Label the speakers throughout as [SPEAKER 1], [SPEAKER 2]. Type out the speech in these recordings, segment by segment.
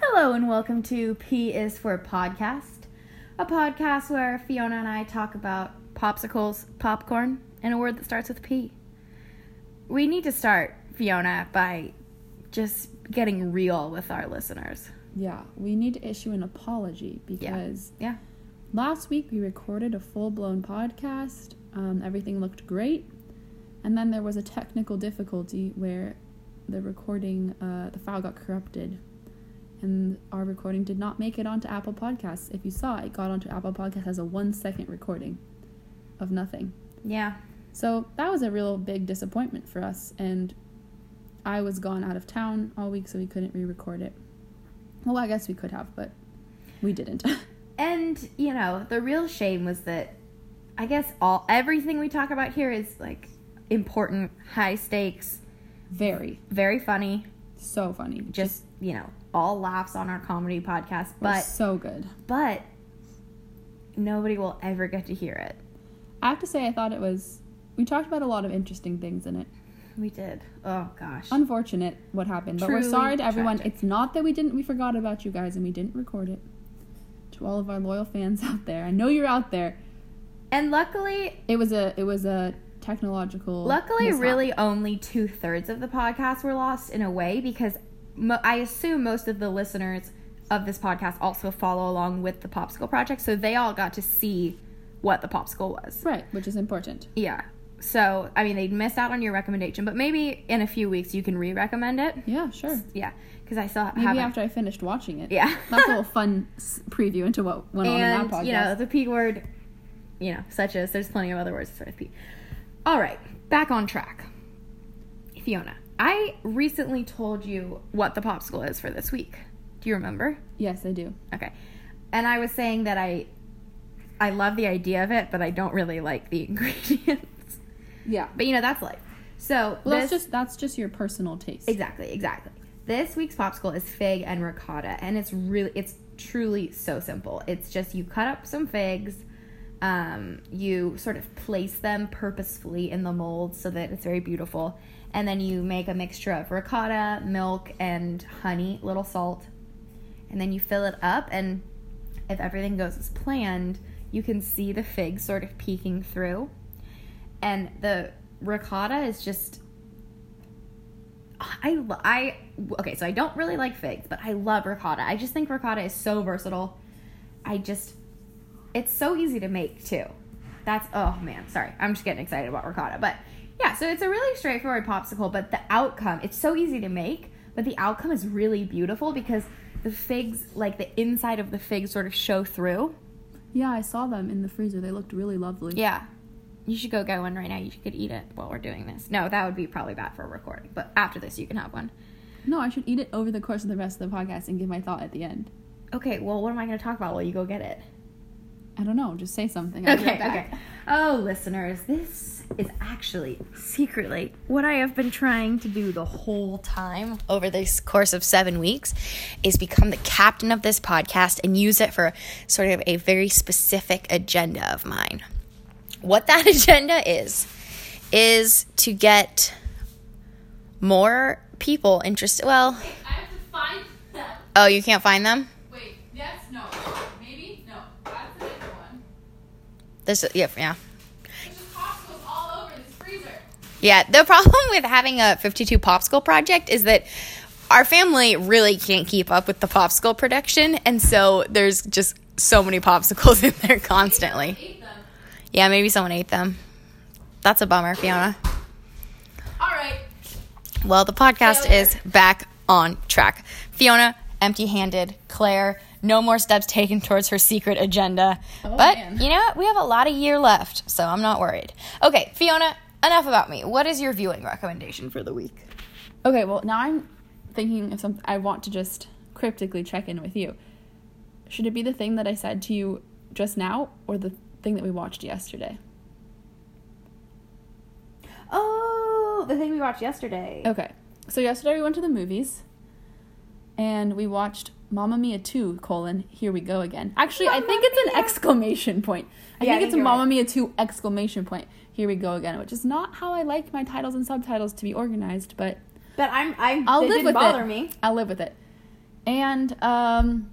[SPEAKER 1] Hello, and welcome to P is for Podcast, a podcast where Fiona and I talk about popsicles, popcorn, and a word that starts with P. We need to start, Fiona, by just getting real with our listeners.
[SPEAKER 2] Yeah, we need to issue an apology because
[SPEAKER 1] Yeah.
[SPEAKER 2] last week we recorded a full blown podcast. Um, everything looked great. And then there was a technical difficulty where the recording, uh, the file got corrupted. And our recording did not make it onto Apple Podcasts. If you saw, it got onto Apple Podcasts as a one second recording of nothing.
[SPEAKER 1] Yeah.
[SPEAKER 2] So that was a real big disappointment for us, and I was gone out of town all week, so we couldn't re record it. Well, I guess we could have, but we didn't.
[SPEAKER 1] And, you know, the real shame was that I guess all everything we talk about here is like important, high stakes,
[SPEAKER 2] Very.
[SPEAKER 1] very funny,
[SPEAKER 2] So funny.
[SPEAKER 1] just, you know, all laughs on our comedy podcast,
[SPEAKER 2] We're
[SPEAKER 1] but
[SPEAKER 2] so good.
[SPEAKER 1] but nobody will ever get to hear it.
[SPEAKER 2] I have to say, I thought it was. We talked about a lot of interesting things in it.
[SPEAKER 1] We did. Oh gosh.
[SPEAKER 2] Um, Unfortunate what happened, but we're
[SPEAKER 1] Truly
[SPEAKER 2] sorry to everyone.
[SPEAKER 1] tragic.
[SPEAKER 2] It's not that we didn't. We forgot about you guys and we didn't record it. To all of our loyal fans out there, I know you're out there.
[SPEAKER 1] and luckily,
[SPEAKER 2] It was a. It was a technological.
[SPEAKER 1] luckily,
[SPEAKER 2] mishap.
[SPEAKER 1] really only two thirds of the podcast were lost in a way because mo- I assume most of the listeners of this podcast also follow along with the Popsicle Project, so they all got to see what the Popsicle was.
[SPEAKER 2] Right, which is important.
[SPEAKER 1] Yeah. So I mean, they missed out on your recommendation, but maybe in a few weeks you can re-recommend it.
[SPEAKER 2] Yeah, sure.
[SPEAKER 1] Yeah, because I still
[SPEAKER 2] Maybe
[SPEAKER 1] haven't.
[SPEAKER 2] after I finished watching it.
[SPEAKER 1] Yeah.
[SPEAKER 2] That's a little fun s- preview into what went on in
[SPEAKER 1] and
[SPEAKER 2] that podcast.
[SPEAKER 1] you know the p word you know such as there's plenty of other words that start with p all right back on track fiona i recently told you what the popsicle is for this week do you remember
[SPEAKER 2] yes, I do.
[SPEAKER 1] okay and i was saying that i i love the idea of it but i don't really like the ingredients
[SPEAKER 2] Yeah.
[SPEAKER 1] but you know that's life so
[SPEAKER 2] Well,
[SPEAKER 1] this-
[SPEAKER 2] that's just that's just your personal taste.
[SPEAKER 1] Exactly, exactly. This week's popsicle is fig and ricotta, and it's really, it's truly so simple. It's just you cut up some figs, um, you sort of place them purposefully in the mold so that it's very beautiful, and then you make a mixture of ricotta, milk, and honey, little salt, and then you fill it up. And if everything goes as planned, you can see the figs sort of peeking through, and the ricotta is just I lo- I okay, so I don't really like figs, but I love ricotta. I just think ricotta is so versatile. I just it's so easy to make too. That's oh man, sorry. I'm just getting excited about ricotta. But yeah, so it's a really straightforward popsicle, but the outcome, it's so easy to make, but the outcome is really beautiful because the figs, like the inside of the figs sort of show through.
[SPEAKER 2] Yeah, I saw them in the freezer. They looked really lovely.
[SPEAKER 1] Yeah. You should go get one right now. You could eat it while we're doing this. No, that would be probably bad for recording, but after this you can have one.
[SPEAKER 2] No, I should eat it over the course of the rest of the podcast and give my thought at the end.
[SPEAKER 1] Okay, well, what am I going to talk about while you go get it?
[SPEAKER 2] I don't know. Just say something. I'll be
[SPEAKER 1] Okay,
[SPEAKER 2] right back.
[SPEAKER 1] okay. Oh, listeners, this is actually secretly what I have been trying to do the whole time over this course of seven weeks is become the captain of this podcast and use it for sort of a very specific agenda of mine. What that agenda is, is to get more people interested. Well,
[SPEAKER 3] I have to find them.
[SPEAKER 1] oh, you can't find them?
[SPEAKER 3] Wait, yes, no, maybe, no. That's the different one.
[SPEAKER 1] This, yeah, yeah.
[SPEAKER 3] There's just popsicles all over this freezer.
[SPEAKER 1] Yeah, the problem with having a 52 popsicle project is that our family really can't keep up with the popsicle production, and so there's just so many popsicles in there constantly.
[SPEAKER 3] Ate them.
[SPEAKER 1] Yeah, maybe someone ate them. That's a bummer, Fiona.
[SPEAKER 3] All right.
[SPEAKER 1] Well, the podcast
[SPEAKER 3] Failure.
[SPEAKER 1] is back on track. Fiona, empty handed. Claire, no more steps taken towards her secret agenda.
[SPEAKER 3] Oh,
[SPEAKER 1] but
[SPEAKER 2] man.
[SPEAKER 1] you know what? We have a lot of year left, so I'm not worried. Okay, Fiona, enough about me. What is your viewing recommendation for the week?
[SPEAKER 2] Okay, well, now I'm thinking of something. I want to just cryptically check in with you. Should it be the thing that I said to you just now or the thing that we watched yesterday?
[SPEAKER 1] Oh, the thing we watched yesterday.
[SPEAKER 2] Okay. So yesterday we went to the movies and we watched Mamma Mia 2, colon, here we go again. Actually, I think it's an exclamation point. I
[SPEAKER 1] Yeah, I
[SPEAKER 2] think it's
[SPEAKER 1] think
[SPEAKER 2] a
[SPEAKER 1] you're
[SPEAKER 2] Mamma Mia 2 exclamation point, here we go again, which is not how I like my titles and subtitles to be organized, but
[SPEAKER 1] But I'm I'm
[SPEAKER 2] I'll
[SPEAKER 1] it
[SPEAKER 2] live
[SPEAKER 1] didn't
[SPEAKER 2] with
[SPEAKER 1] bother
[SPEAKER 2] it.
[SPEAKER 1] me.
[SPEAKER 2] I'll live with it. And um,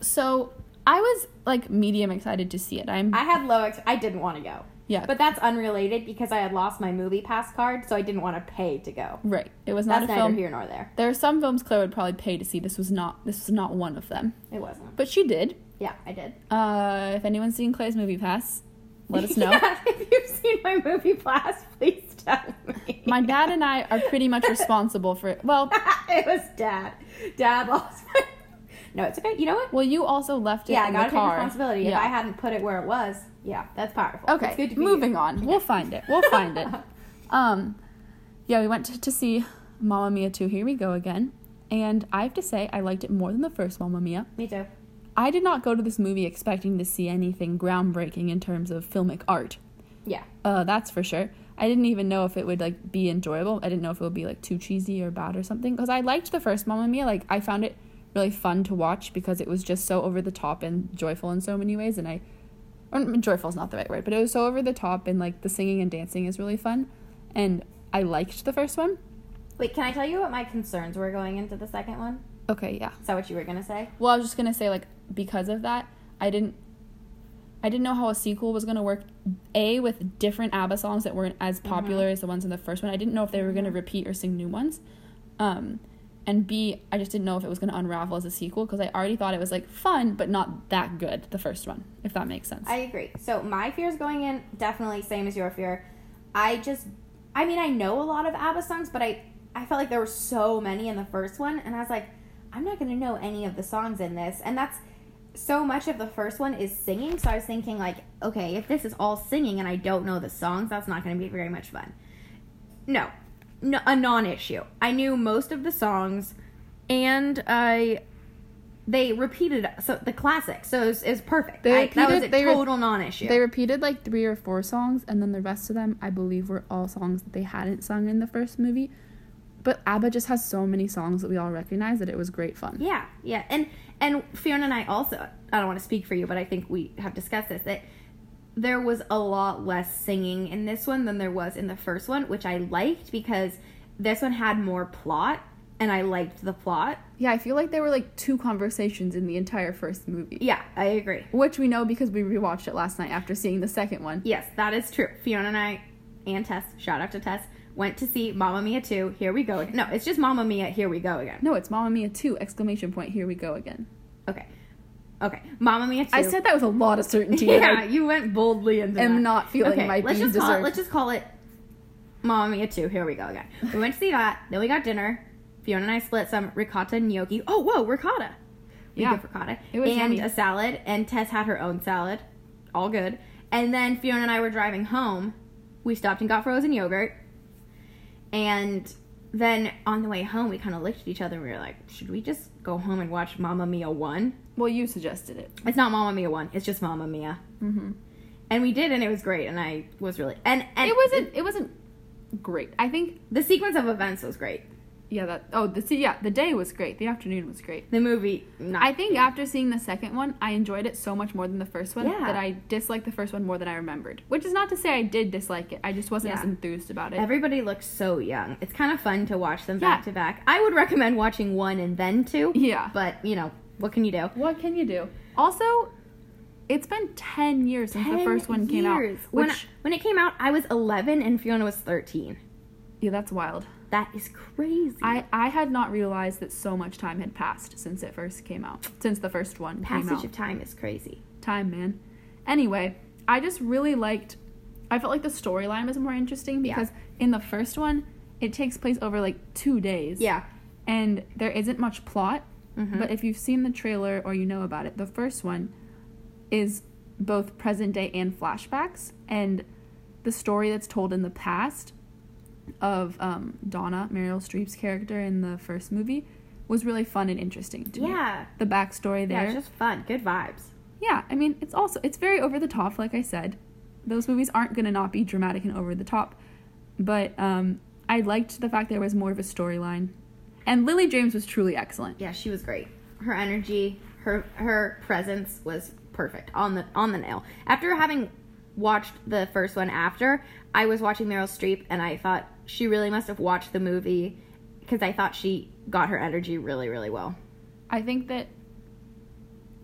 [SPEAKER 2] so I was like medium excited to see it. I'm
[SPEAKER 1] I had low. Ex- I didn't want to go,
[SPEAKER 2] yeah,
[SPEAKER 1] but that's unrelated because I had lost my movie pass card, so I didn't want to pay to go.
[SPEAKER 2] right. It was not
[SPEAKER 1] That's
[SPEAKER 2] a
[SPEAKER 1] neither
[SPEAKER 2] film.
[SPEAKER 1] here nor there.
[SPEAKER 2] There are some films Claire would probably pay to see. This was not. This was not one of them.
[SPEAKER 1] It wasn't.
[SPEAKER 2] But she did.
[SPEAKER 1] Yeah, I did.
[SPEAKER 2] Uh, if anyone's seen Claire's movie pass, let us know.
[SPEAKER 1] Yeah, if you've seen my movie pass, please tell me.
[SPEAKER 2] My dad and I are pretty much responsible for it. Well,
[SPEAKER 1] it was dad. Dad lost my. No, it's okay. You know what?
[SPEAKER 2] well, you also left it
[SPEAKER 1] Yeah, I
[SPEAKER 2] in
[SPEAKER 1] gotta
[SPEAKER 2] the car.
[SPEAKER 1] take responsibility. If
[SPEAKER 2] Yeah.
[SPEAKER 1] I hadn't put it where it was, yeah, that's powerful.
[SPEAKER 2] Okay,
[SPEAKER 1] It's good to be
[SPEAKER 2] moving
[SPEAKER 1] you.
[SPEAKER 2] on. We'll find it. We'll find it. Um, yeah, we went to, to see Mamma Mia 2. Here we go again. And I have to say, I liked it more than the first Mamma Mia.
[SPEAKER 1] Me too.
[SPEAKER 2] I did not go to this movie expecting to see anything groundbreaking in terms of filmic art.
[SPEAKER 1] Yeah.
[SPEAKER 2] Uh, that's for sure. I didn't even know if it would like be enjoyable. I didn't know if it would be like too cheesy or bad or something. Because I liked the first Mamma Mia. Like I found it really fun to watch because it was just so over the top and joyful in so many ways. And I, or joyful is not the right word, but it was so over the top and like the singing and dancing is really fun. And I liked the first one.
[SPEAKER 1] Wait, can I tell you what my concerns were going into the second one?
[SPEAKER 2] Okay, yeah.
[SPEAKER 1] Is that what you were gonna say?
[SPEAKER 2] Well, I was just gonna say like because of that, I didn't. I didn't know how a sequel was going to work. A with different ABBA songs that weren't as popular as the ones in the first one. I didn't know if they were going to repeat or sing new ones. Um, and B, I just didn't know if it was going to unravel as a sequel because I already thought it was like fun but not that good the first one. If that makes sense.
[SPEAKER 1] I agree. So my fears going in definitely same as your fear. I just, I mean, I know a lot of ABBA songs, but I, I felt like there were so many in the first one, and I was like, I'm not gonna know any of the songs in this, and that's so much of the first one is singing. So I was thinking like, okay, if this is all singing and I don't know the songs, that's not gonna be very much fun. No, no a non-issue. I knew most of the songs, and I. They repeated so the classic, so it was, it was perfect.
[SPEAKER 2] They
[SPEAKER 1] I- that was
[SPEAKER 2] repeated-
[SPEAKER 1] a
[SPEAKER 2] they re-
[SPEAKER 1] total non-issue.
[SPEAKER 2] They repeated like three or four songs, and then the rest of them, I believe, were all songs that they hadn't sung in the first movie. But ABBA just has so many songs that we all recognize that it was great fun.
[SPEAKER 1] Yeah, yeah, and and Fiona and I also. I don't want to speak for you, but I think we have discussed this that there was a lot less singing in this one than there was in the first one, which I liked because this one had more plot, and I liked the plot.
[SPEAKER 2] Yeah, I feel like there were like two conversations in the entire first movie.
[SPEAKER 1] Yeah, I agree.
[SPEAKER 2] Which we know because we rewatched it last night after seeing the second one.
[SPEAKER 1] Yes, that is true. Fiona and I and Tess, shout out to Tess, went to see Mamma Mia 2, Here We Go Again. No, it's just Mamma Mia, Here We Go Again.
[SPEAKER 2] No, it's Mamma Mia 2! Exclamation point, here we go again.
[SPEAKER 1] Okay. Okay. Mamma Mia 2.
[SPEAKER 2] I said that with a lot of certainty.
[SPEAKER 1] Yeah, you went boldly into
[SPEAKER 2] am
[SPEAKER 1] that.
[SPEAKER 2] not feeling my
[SPEAKER 1] let's
[SPEAKER 2] being
[SPEAKER 1] just call it,
[SPEAKER 2] deserved.
[SPEAKER 1] let's just call it Mamma Mia 2. Here we go again. We went to see that. Then we got dinner. Fiona and I split some ricotta and gnocchi. Oh, whoa, ricotta. We
[SPEAKER 2] Yeah.
[SPEAKER 1] did ricotta.
[SPEAKER 2] It was
[SPEAKER 1] and
[SPEAKER 2] yummy.
[SPEAKER 1] a salad. And Tess had her own salad. All good. And then Fiona and I were driving home. We stopped and got frozen yogurt. And then on the way home, we kind of looked at each other and we were like, should we just go home and watch Mamma Mia 1?
[SPEAKER 2] well, you suggested it.
[SPEAKER 1] It's not Mamma Mia one. It's just Mamma Mia. Mm-hmm. And we did, and it was great. And I was really and and
[SPEAKER 2] It wasn't. It wasn't great. I think.
[SPEAKER 1] The sequence of events was great.
[SPEAKER 2] Yeah. That. Oh, the see. Yeah, the day was great. The afternoon was great.
[SPEAKER 1] The movie, not,
[SPEAKER 2] I think after seeing the second one, I enjoyed it so much more than the first one
[SPEAKER 1] Yeah.
[SPEAKER 2] that I disliked the first one more than I remembered. Which is not to say I did dislike it. I just wasn't
[SPEAKER 1] Yeah.
[SPEAKER 2] as enthused about it.
[SPEAKER 1] everybody looks so young. It's kind of fun to watch them
[SPEAKER 2] Yeah.
[SPEAKER 1] back to back. I would recommend watching one and then two.
[SPEAKER 2] Yeah.
[SPEAKER 1] But you know what can you do?
[SPEAKER 2] What can you do? Also, it's been 10 years since the first one came out.
[SPEAKER 1] Years.
[SPEAKER 2] Which,
[SPEAKER 1] when I- when it came out, I was eleven and Fiona was thirteen.
[SPEAKER 2] yeah, that's wild.
[SPEAKER 1] That is crazy.
[SPEAKER 2] I, I had not realized that so much time had passed since it first came out. Since the first one came out.
[SPEAKER 1] Passage of time is crazy.
[SPEAKER 2] time, man. Anyway, I just really liked. I felt like the storyline was more interesting
[SPEAKER 1] Yeah.
[SPEAKER 2] because in the first one, it takes place over like two days.
[SPEAKER 1] Yeah.
[SPEAKER 2] And there isn't much plot.
[SPEAKER 1] Mm-hmm.
[SPEAKER 2] But if you've seen the trailer or you know about it, the first one is both present day and flashbacks. And the story that's told in the past of um, Donna, Meryl Streep's character in the first movie, was really fun and interesting to me.
[SPEAKER 1] Yeah.
[SPEAKER 2] The backstory there.
[SPEAKER 1] Yeah, it's just fun. Good vibes.
[SPEAKER 2] Yeah, I mean, it's also it's very over the top, like I said. Those movies aren't going to not be dramatic and over the top, but um, I liked the fact there was more of a storyline, and Lily James was truly excellent.
[SPEAKER 1] yeah, she was great. Her energy, her her presence was perfect on the on the nail. After having watched the first one after, I was watching Meryl Streep and I thought she really must have watched the movie cuz I thought she got her energy really really well.
[SPEAKER 2] I think that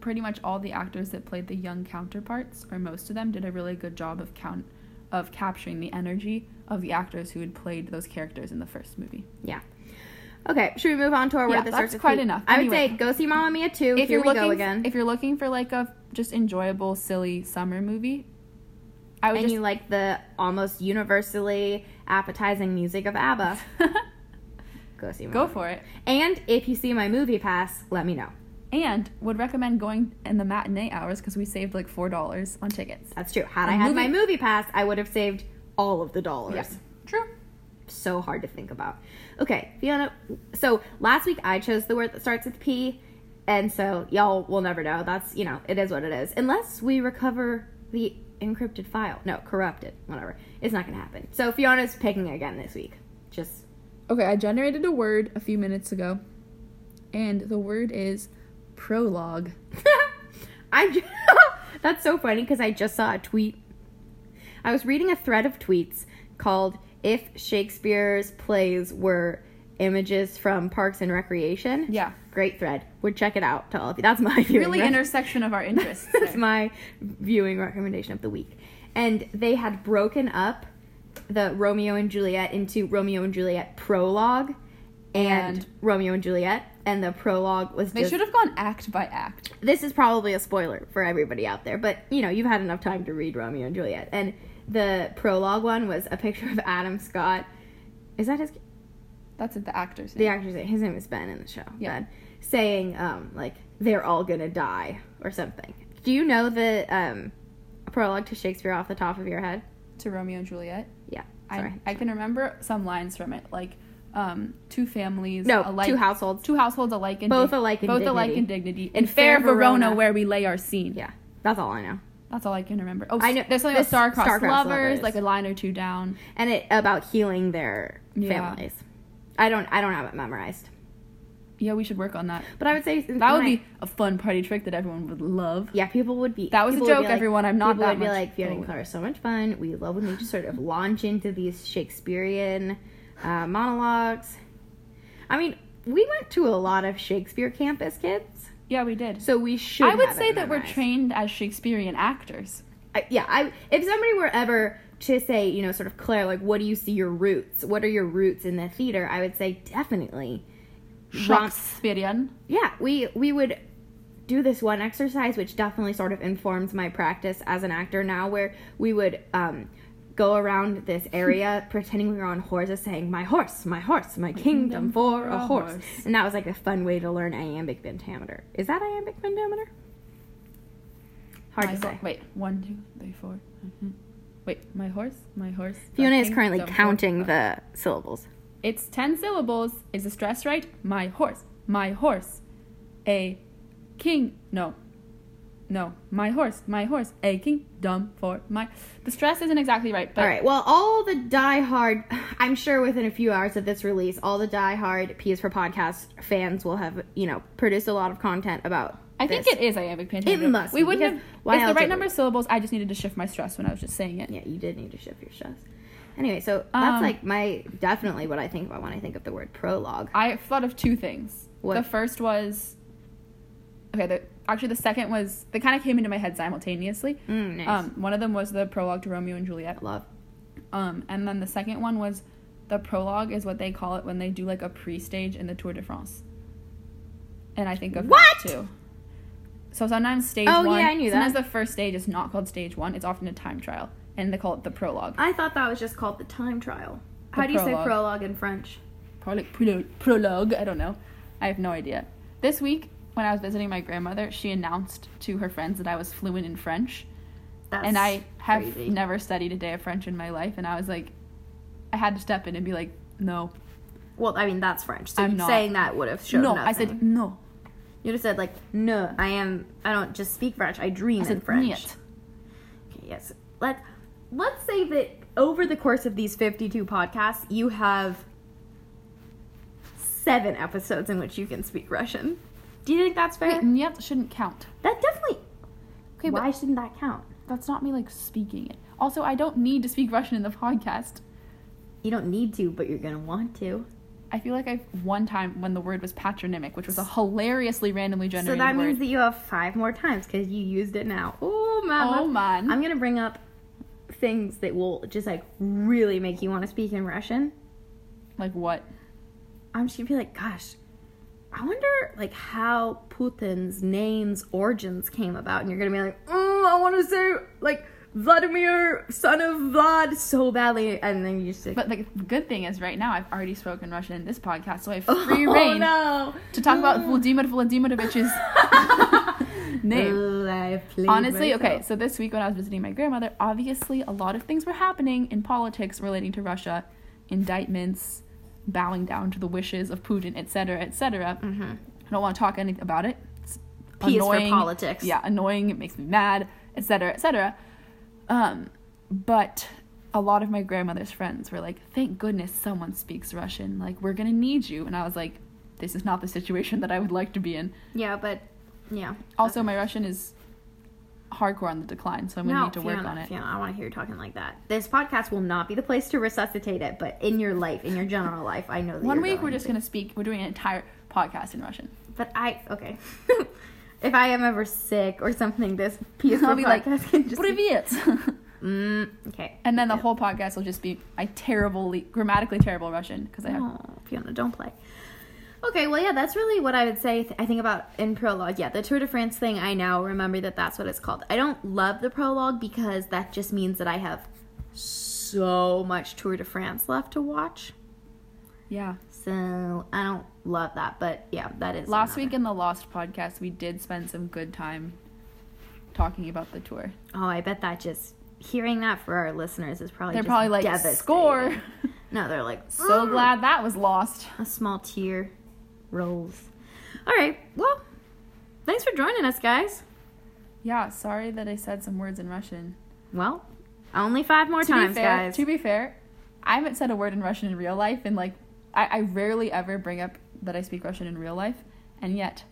[SPEAKER 2] pretty much all the actors that played the young counterparts, or most of them, did a really good job of count of capturing the energy of the actors who had played those characters in the first movie.
[SPEAKER 1] Yeah. Okay, should we move on to our word
[SPEAKER 2] Yeah,
[SPEAKER 1] that
[SPEAKER 2] that's
[SPEAKER 1] starts with
[SPEAKER 2] quite
[SPEAKER 1] P?
[SPEAKER 2] enough.
[SPEAKER 1] I would
[SPEAKER 2] Anyway.
[SPEAKER 1] say go see Mamma Mia 2.
[SPEAKER 2] if
[SPEAKER 1] Here
[SPEAKER 2] you're
[SPEAKER 1] we
[SPEAKER 2] looking,
[SPEAKER 1] go again.
[SPEAKER 2] if you're looking for like a just enjoyable, silly summer movie, I would
[SPEAKER 1] and
[SPEAKER 2] just
[SPEAKER 1] you like the almost universally appetizing music of ABBA, go see
[SPEAKER 2] go
[SPEAKER 1] Mamma
[SPEAKER 2] for it.
[SPEAKER 1] Mia. And if you see my movie pass, let me know.
[SPEAKER 2] And would recommend going in the matinee hours because we saved like four dollars on tickets.
[SPEAKER 1] That's true. Had
[SPEAKER 2] A
[SPEAKER 1] I had my
[SPEAKER 2] movie-
[SPEAKER 1] movie pass, I would have saved all of the dollars.
[SPEAKER 2] true.
[SPEAKER 1] So hard to think about. Okay, Fiona. So last week I chose the word that starts with P, and so y'all will never know. That's, you know, it is what it is. Unless we recover the encrypted file. No, corrupted. Whatever. It's not going to happen. So Fiona's picking again this week. Just
[SPEAKER 2] Okay, I generated a word a few minutes ago, and the word is prologue.
[SPEAKER 1] I ju- that's so funny because I just saw a tweet. I was reading a thread of tweets called "If Shakespeare's plays were images from Parks and Recreation."
[SPEAKER 2] Yeah.
[SPEAKER 1] great thread. Would check it out to all of you. That's my viewing
[SPEAKER 2] Really
[SPEAKER 1] rec-
[SPEAKER 2] intersection of our interests.
[SPEAKER 1] That's my viewing recommendation of the week. And they had broken up the Romeo and Juliet into Romeo and Juliet prologue and,
[SPEAKER 2] And-
[SPEAKER 1] Romeo and Juliet, and the prologue was
[SPEAKER 2] they
[SPEAKER 1] just
[SPEAKER 2] should have gone act by act.
[SPEAKER 1] this is probably a spoiler for everybody out there, but you know, you've had enough time to read Romeo and Juliet. And the prologue one was a picture of Adam Scott. Is that his
[SPEAKER 2] That's it, the actors.
[SPEAKER 1] the actor's name? His name is Ben in the show.
[SPEAKER 2] Yeah.
[SPEAKER 1] Ben. Saying um like they're all gonna die or something. Do you know the um prologue to Shakespeare off the top of your head?
[SPEAKER 2] to Romeo and Juliet.
[SPEAKER 1] Yeah. Sorry.
[SPEAKER 2] I, I can remember some lines from it, like um, two families,
[SPEAKER 1] no,
[SPEAKER 2] alike,
[SPEAKER 1] two households.
[SPEAKER 2] two households alike, in
[SPEAKER 1] Both alike in
[SPEAKER 2] both alike in dignity, in fair, Verona, where we lay our scene.
[SPEAKER 1] Yeah. That's all I know.
[SPEAKER 2] That's all I can remember. Oh,
[SPEAKER 1] I
[SPEAKER 2] I
[SPEAKER 1] know-
[SPEAKER 2] know. There's something about
[SPEAKER 1] this-
[SPEAKER 2] star-crossed,
[SPEAKER 1] star-crossed lovers.
[SPEAKER 2] lovers, like a line or two down.
[SPEAKER 1] And it about healing their
[SPEAKER 2] Yeah.
[SPEAKER 1] families. I don't I don't have it memorized.
[SPEAKER 2] Yeah, we should work on that.
[SPEAKER 1] But I would say
[SPEAKER 2] That would
[SPEAKER 1] when I-
[SPEAKER 2] be a fun party trick that everyone would love.
[SPEAKER 1] Yeah, people would be.
[SPEAKER 2] That was a
[SPEAKER 1] people would be
[SPEAKER 2] joke,
[SPEAKER 1] like-
[SPEAKER 2] everyone. I'm not
[SPEAKER 1] People
[SPEAKER 2] that
[SPEAKER 1] would be
[SPEAKER 2] much-
[SPEAKER 1] like, Fiona and
[SPEAKER 2] oh.
[SPEAKER 1] Claire are so much fun. We love when we just sort of launch into these Shakespearean uh, monologues. I mean, we went to a lot of Shakespeare campus kids,
[SPEAKER 2] Yeah, we did.
[SPEAKER 1] so we should.
[SPEAKER 2] I would
[SPEAKER 1] have it
[SPEAKER 2] say that we're
[SPEAKER 1] memorized.
[SPEAKER 2] trained as Shakespearean actors.
[SPEAKER 1] I- yeah, I, if somebody were ever to say, you know, sort of Claire, like, what do you see your roots? What are your roots in the theater? I would say definitely. Rom-
[SPEAKER 2] Shakespearean.
[SPEAKER 1] yeah we we would do this one exercise which definitely sort of informs my practice as an actor now where we would um go around this area pretending we were on horses saying my horse my horse my kingdom for a horse.
[SPEAKER 2] horse.
[SPEAKER 1] and that was like a fun way to learn iambic pentameter is that iambic pentameter hard
[SPEAKER 2] My
[SPEAKER 1] to
[SPEAKER 2] hor-
[SPEAKER 1] say
[SPEAKER 2] Wait, one, two, three, four. Mhm. Wait, my horse, my horse. the
[SPEAKER 1] fiona is
[SPEAKER 2] king,
[SPEAKER 1] currently
[SPEAKER 2] dumb horse,
[SPEAKER 1] counting
[SPEAKER 2] dumb-
[SPEAKER 1] the syllables
[SPEAKER 2] It's ten syllables. Is the stress right? My horse, my horse, a king. No, no, my horse, my horse, a kingdom for my. The stress isn't exactly right, but
[SPEAKER 1] all right. Well, all the Die Hard, I'm sure within a few hours of this release, all the Die Hard P is for Podcast fans will have, you know, produced a lot of content about.
[SPEAKER 2] I think
[SPEAKER 1] this.
[SPEAKER 2] it is iambic pentameter.
[SPEAKER 1] must
[SPEAKER 2] We
[SPEAKER 1] be,
[SPEAKER 2] wouldn't
[SPEAKER 1] because
[SPEAKER 2] have.
[SPEAKER 1] why
[SPEAKER 2] it's
[SPEAKER 1] else
[SPEAKER 2] the
[SPEAKER 1] it
[SPEAKER 2] right
[SPEAKER 1] would-
[SPEAKER 2] number of syllables. I just needed to shift my stress when I was just saying it.
[SPEAKER 1] Yeah, you did need to shift your chefs. Anyway, so that's
[SPEAKER 2] Um,
[SPEAKER 1] like my definitely what I think about when I think of the word prologue.
[SPEAKER 2] I thought of two things.
[SPEAKER 1] What?
[SPEAKER 2] The first was okay. The, actually, the second was they kind of came into my head simultaneously.
[SPEAKER 1] Mm, nice.
[SPEAKER 2] Um, one of them was the prologue to Romeo and Juliet.
[SPEAKER 1] Love.
[SPEAKER 2] Um, and then the second one was the prologue is what they call it when they do like a pre-stage in the Tour de France. And I think of
[SPEAKER 1] What?
[SPEAKER 2] that too. So sometimes stage
[SPEAKER 1] Oh,
[SPEAKER 2] one.
[SPEAKER 1] yeah, I knew that.
[SPEAKER 2] Sometimes the first stage is not called stage one. It's often a time trial, and they call it the prologue.
[SPEAKER 1] I thought that was just called the time trial.
[SPEAKER 2] The
[SPEAKER 1] How do you say
[SPEAKER 2] prologue.
[SPEAKER 1] prologue in French?
[SPEAKER 2] Probably like prolo- prologue. I don't know. I have no idea. This week, when I was visiting my grandmother, she announced to her friends that I was fluent in French.
[SPEAKER 1] That's
[SPEAKER 2] and I have
[SPEAKER 1] crazy.
[SPEAKER 2] never studied a day of French in my life, and I was like, I had to step in and be like, no,
[SPEAKER 1] Well, I mean that's French. So
[SPEAKER 2] I'm
[SPEAKER 1] you
[SPEAKER 2] not.
[SPEAKER 1] saying that would have shown
[SPEAKER 2] no.
[SPEAKER 1] nothing.
[SPEAKER 2] I said no.
[SPEAKER 1] you just said like no. I am. I don't just speak French. I dream
[SPEAKER 2] I
[SPEAKER 1] in
[SPEAKER 2] said
[SPEAKER 1] French.
[SPEAKER 2] "Niet."
[SPEAKER 1] Okay, yes. Let let's say that over the course of these 52 podcasts, you have seven episodes in which you can speak Russian. Do you think that's fair?
[SPEAKER 2] Wait, "Niet" shouldn't count.
[SPEAKER 1] That definitely.
[SPEAKER 2] Okay,
[SPEAKER 1] why
[SPEAKER 2] but
[SPEAKER 1] shouldn't that count?
[SPEAKER 2] that's not me like speaking it. Also, I don't need to speak Russian in the podcast.
[SPEAKER 1] You don't need to, but you're gonna want to.
[SPEAKER 2] I feel like I've one time when the word was patronymic, which was a hilariously randomly
[SPEAKER 1] So
[SPEAKER 2] generated
[SPEAKER 1] that means
[SPEAKER 2] word.
[SPEAKER 1] that you have five more times because you used it now. Oh man.
[SPEAKER 2] oh man.
[SPEAKER 1] I'm gonna bring up things that will just like really make you want to speak in Russian.
[SPEAKER 2] like what?
[SPEAKER 1] I'm just gonna be like, gosh, I wonder like how Putin's name's origins came about, and you're gonna be like, oh, I want to say like Vladimir, son of Vlad, so badly, and then you just like,
[SPEAKER 2] But like, the good thing is, right now I've already spoken Russian in this podcast, so I have
[SPEAKER 1] oh,
[SPEAKER 2] free reign
[SPEAKER 1] no.
[SPEAKER 2] to talk about Vladimir Vladimirovich's name.
[SPEAKER 1] Ooh, I played
[SPEAKER 2] Honestly,
[SPEAKER 1] myself.
[SPEAKER 2] okay, so this week when I was visiting my grandmother, obviously a lot of things were happening in politics relating to Russia, indictments, bowing down to the wishes of Putin, etc., etc. I don't want to talk any about it. It's
[SPEAKER 1] Mm-hmm. P is for politics.
[SPEAKER 2] Yeah, annoying. It makes me mad, etc., etc. Um, but a lot of my grandmother's friends were like, "Thank goodness someone speaks Russian. Like, we're gonna need you." And I was like, "This is not the situation that I would like to be in."
[SPEAKER 1] Yeah, but yeah.
[SPEAKER 2] Also, my Russian is hardcore on the decline, so I'm gonna need to work
[SPEAKER 1] Fiona,
[SPEAKER 2] on it.
[SPEAKER 1] Fiona, I want to hear you talking like that. This podcast will not be the place to resuscitate it, but in your life, in your general life, I know that
[SPEAKER 2] One
[SPEAKER 1] you're
[SPEAKER 2] week
[SPEAKER 1] going
[SPEAKER 2] we're just gonna speak. We're doing an entire podcast in Russian.
[SPEAKER 1] But I okay. if I am ever sick or something, this piece
[SPEAKER 2] I'll
[SPEAKER 1] of
[SPEAKER 2] be like,
[SPEAKER 1] podcast can just be,
[SPEAKER 2] Привет.
[SPEAKER 1] mm, okay.
[SPEAKER 2] and then the whole podcast will just be my terribly grammatically terrible Russian because I have
[SPEAKER 1] Oh, Fiona, don't play. Okay, well, yeah, that's really what I would say. Th- I think about in prologue. Yeah, the Tour de France thing. I now remember that that's what it's called. I don't love the prologue because that just means that I have so much Tour de France left to watch.
[SPEAKER 2] yeah.
[SPEAKER 1] So I don't love that, but yeah, that is
[SPEAKER 2] Last
[SPEAKER 1] another-
[SPEAKER 2] week in the Lost podcast, we did spend some good time talking about the tour.
[SPEAKER 1] Oh, I bet that just hearing that for our listeners is probably
[SPEAKER 2] They're
[SPEAKER 1] just
[SPEAKER 2] probably like
[SPEAKER 1] devastating.
[SPEAKER 2] score.
[SPEAKER 1] No, they're like
[SPEAKER 2] So
[SPEAKER 1] "Mm."
[SPEAKER 2] glad that was lost.
[SPEAKER 1] a small tear rolls. All right. Well, thanks for joining us, guys.
[SPEAKER 2] Yeah, sorry that I said some words in Russian.
[SPEAKER 1] Well, only five more
[SPEAKER 2] to
[SPEAKER 1] times,
[SPEAKER 2] be fair,
[SPEAKER 1] guys.
[SPEAKER 2] To be fair, I haven't said a word in Russian in real life, and like I, I rarely ever bring up that I speak Russian in real life, and yet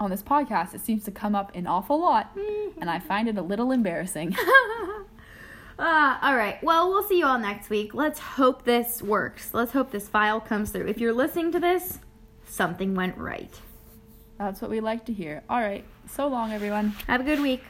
[SPEAKER 2] on this podcast it seems to come up an awful lot,
[SPEAKER 1] Mm-hmm.
[SPEAKER 2] and I find it a little embarrassing.
[SPEAKER 1] Ah, all right. Well, we'll see you all next week. Let's hope this works. Let's hope this file comes through. If you're listening to this, something went right.
[SPEAKER 2] That's what we like to hear. All right, so long, everyone.
[SPEAKER 1] Have a good week.